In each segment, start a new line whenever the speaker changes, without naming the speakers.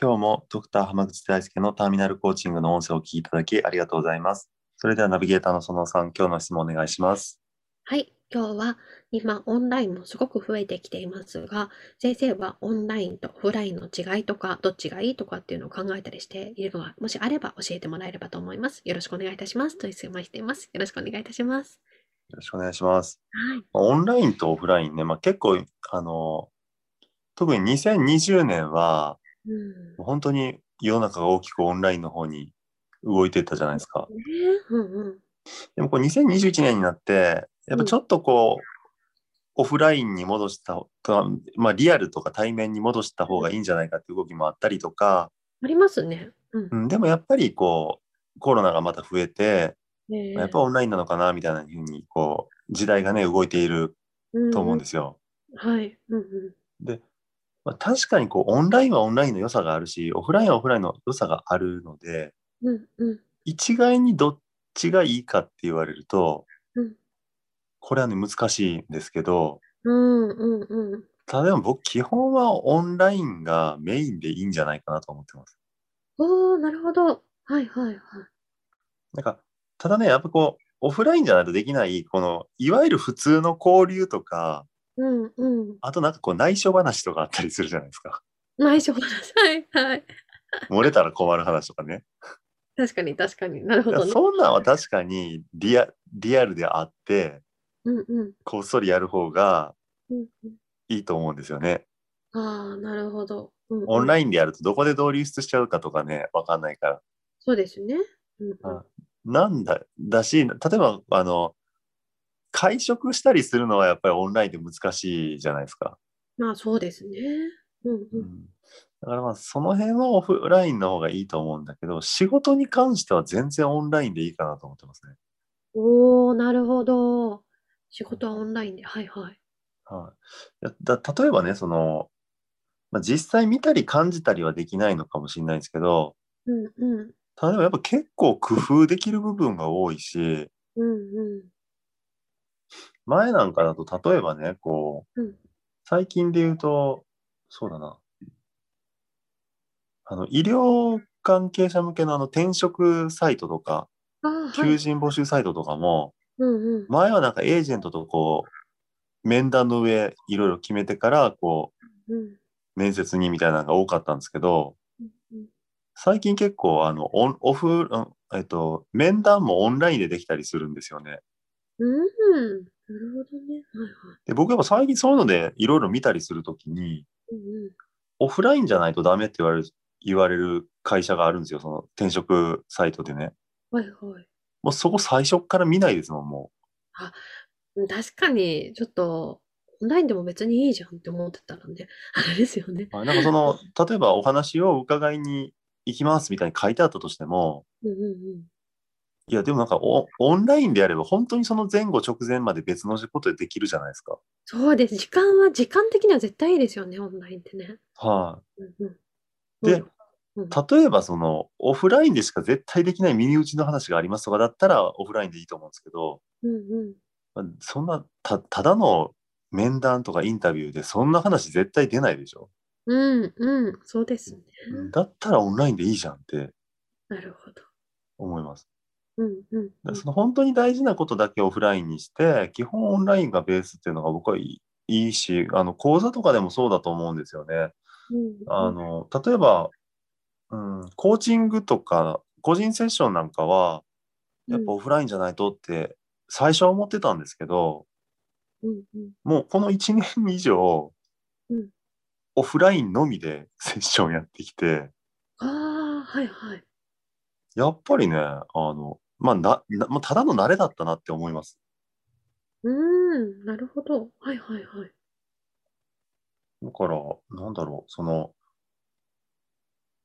今日もドクター浜口大輔のターミナルコーチングの音声をお聞きいただきありがとうございます。それではナビゲーターの園さん、今日の質問お願いします。
はい、今日は今オンラインもすごく増えてきていますが、先生はオンラインとオフラインの違いとか、どっちがいいとかっていうのを考えたりしているのが、もしあれば教えてもらえればと思います。よろしくお願いいたします。と質問しています。よろしくお願いいたします。
よろしくお願いします。
はい、
オンラインとオフラインね、まあ、結構、あの、特に2020年は、
うん。
本当に世の中が大きくオンラインの方に動いていったじゃないですか。
ねうんうん。
でもこう2021年になって、やっぱちょっとこう、オフラインに戻した、かまあ、リアルとか対面に戻した方がいいんじゃないかっていう動きもあったりとか、
ありますね。うん
う。ん、でもやっぱりこうコロナがまた増えて、
ね。
やっぱオンラインなのかなみたいなふうにこう時代がね動いていると思うんですすよ。
はい。うんう
まあ、確かにこうオンラインはオンラインの良さがあるしオフラインはオフラインの良さがあるので
ん。うんうん。
一概にどっちがいいかって言われると、
うん
これはね難しいんですけど
うんうんうん。
ただでも僕基本はオンラインがメインでいいんじゃないかなと思ってます。
おー、なるほど。はいはいはい。
なんかただねやっぱこうオフラインじゃないとできないこのいわゆる普通の交流とか
うんうん。
あとなんかこう内緒話とかあったりするじゃないですか。
内緒話。 はいはい。
漏れたら困る話とかね。
確かに確かになるほ
だから
どね。
そんなんは確かにリアリアルであって、
うんうん。
こっそりやる方が
うんうん
いいと思うんですよね。
ああ、なるほど。
オンラ
イン。
インでやるとどこでどう流出しちゃうかとかね、わかんないから。
そうですね。うんうん
あなんだ、だし、例えば、あの、会食したりするのはやっぱりオンラインで難しいじゃないですか。
まあ、そうですね。うんうん。
だからまあその辺はオフラインの方がいいと思うんだけど、仕事に関しては全然オンラインでいいかなと思ってますね。
おお、なるほど。仕事はオンラインで。はいはい。
はい、だだ例えばねその、まあ、実際見たり感じたりはできないのかもしれないですけど
うんうん。
例えばやっぱ結構工夫できる部分が多いし
うんう
前なんかだと例えばねこう、
うん
最近で言うとそうだなあの医療関係者向けのあの転職サイトとか
ん。ああ、は
求
い。
人募集サイトとかも、
うんうん。
前はなんかエージェントとこう面談の上いろいろ決めてからこ
うん
う面接にみたいなのが多かったんですけど、
うんうん。
最近結構あのオンオフ、うんえっと、面談もオンラインでできたりするんですよね。
うん。なるほどね。はいはい。
で僕やっぱ最近そういうのでいろいろ見たりするときに
うんうん。
オフラインじゃないとダメって言われる言われる会社があるんですよその転職サイトでね。
はいはい。
もうそこ最初から見ないですもんも
うん確かに、ちょっと、オンラインでも別にいいじゃんって思ってたらね。あれですよね。
う。なんかその例えばお話を伺いに行きますみたいに書いてあったとしても
うんうん
いやでもなんかオオンラインでやれば本当にその前後直前まで別のことでできるじゃないですか。
そうです。時間は、時間的には絶対いいですよね、オンラインってね。
はい、
うんうん。
で
うん、
例えばそのオフラインでしか絶対できない身内の話がありますとかだったらオフラインでいいと思うんですけど
うんうん。
まあそんなたただの面談とかインタビューでそんな話絶対出ないでしょ
うんうん、そうですね。
だったらオンラインでいいじゃんって
なるほど。
思います
うんうん
だからその本当に大事なことだけオフラインにして基本オンラインがベースっていうのが僕はいいいいしあの講座とかでもそうだと思うんですよね
うん。
あの例えば、うん、コーチングとか個人セッションなんかはやっぱオフラインじゃないとって最初は思ってたんですけど、
うんうん
もうこの1年以上、
うん
オフラインのみで セッションやってきて、
ああ、はいはい。
やっぱりね、あの、まあ、な、なもうただの慣れだったなって思います。
うーん、なるほど。はいはいはい。
だから、なんだろう、その、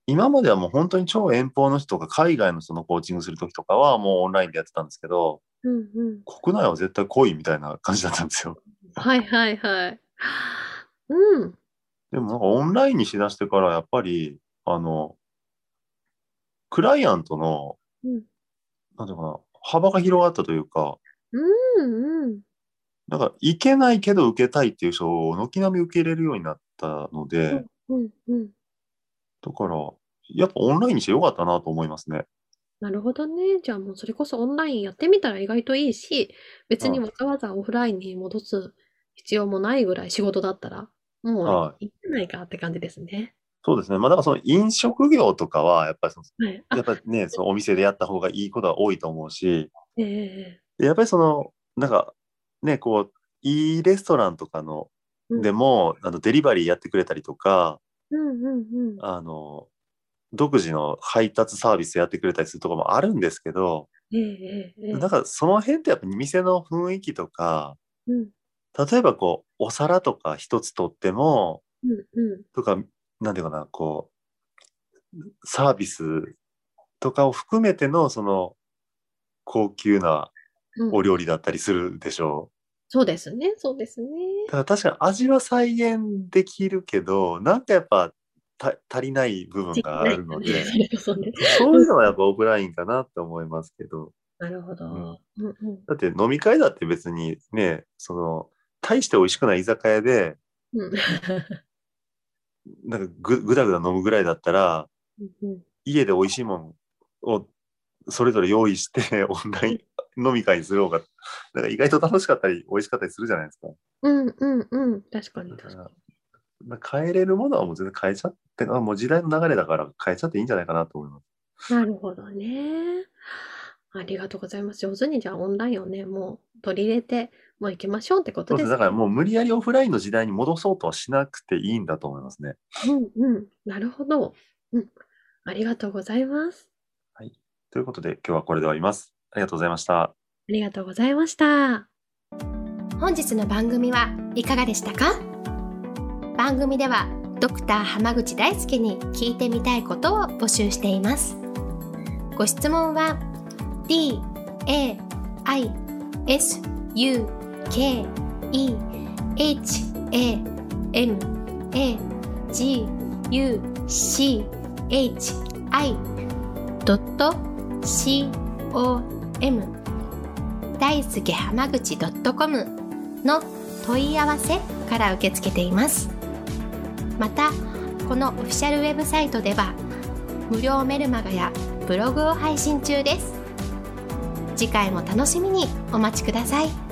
今まではもう本当に超遠方の人とか、海外の人のコーチングするときとかは、もうオンラインでやってたんですけど、
うんうん。
国内は絶対来いみたいな感じだったんですよ。
はいはいはい。うん。
でもなんかオンラインにしだしてから、やっぱり、あの、クライアントの、
うん
なんていうかな、幅が広がったというか、
うんうん。
なんか、いけないけど受けたいっていう人を軒並み受け入れるようになったので、だ
うんうん。
から、やっぱオンラインにしてよかったなと思いますね。
なるほどね。じゃあもうそれこそオンラインやってみたら意外といいし、別に
うん
わざわざオフラインに戻す必要もないぐらい仕事だったら、も
は
ういいんじゃないかって感じですね。
そうですね。まあ、だからその飲食業とかは、やっぱりその、
はい。あ
やっ、ぱりね、そのお店でやった方がいいことは多いと思うし、
ええ
でやっぱりその、なんか、ね、こう、いいレストランとかの、
うん
でも、あの、デリバリーやってくれたりとか、
うんうんうん。
あの、独自の配達サービスやってくれたりするとこもあるんですけど、
ええええ
なんかその辺ってやっぱ店の雰囲気とか、
うん
例えばこう、お皿とか一つ取っても、
うんうん。
とか、なんていうかな、こう、サービスとかを含めての、その、高級な
うん
お料理だったりするでしょ
そうですね、そうですね。
う。だから確かに味は再現できるけど、なんかやっぱた足りない部分があるので、
それこそね。
そういうのはやっぱオフラインかなって思いますけど。
なるほど。うんうん
だって飲み会だって別にね、その、大して美味しくない居酒屋で、
うん。
なんかぐぐだぐだ飲むぐらいだったら、
うんうん
家で美味しいものをそれぞれ用意して オンライン飲み会にする方が、なんか意外と楽しかったり美味しかったりするじゃないですか。
うんうんうん。確かに
だか、
確から
なんか変えれるものはもう全然変えちゃって、あもう時代の流れだから変えちゃっていいんじゃないかなと思います。
に。なるほどね。ありがとうございます。上手にじゃあオンラインをね、もう取り入れて、もう行きましょうってこ
そ
と
うで
ですす
だから
ね
もう無理やりオフラインの時代に戻そうとはしなくていいんだと思いますね。
うんうん。なるほど。うん。ありがとうございます。
ということで今日はこれで終わります。ありがとうございました。
ありがとうございました。
本日の番組はいかがでしたか番組ではドクター濱口大輔に聞いてみたいことを募集していますご質問は d a i s u k e h a m a g u c h i c o m 大輔濱口 .com の問い合わせから受け付けていますまたこのオフィシャルウェブサイトでは無料メルマガやブログを配信中です次回も楽しみにお待ちください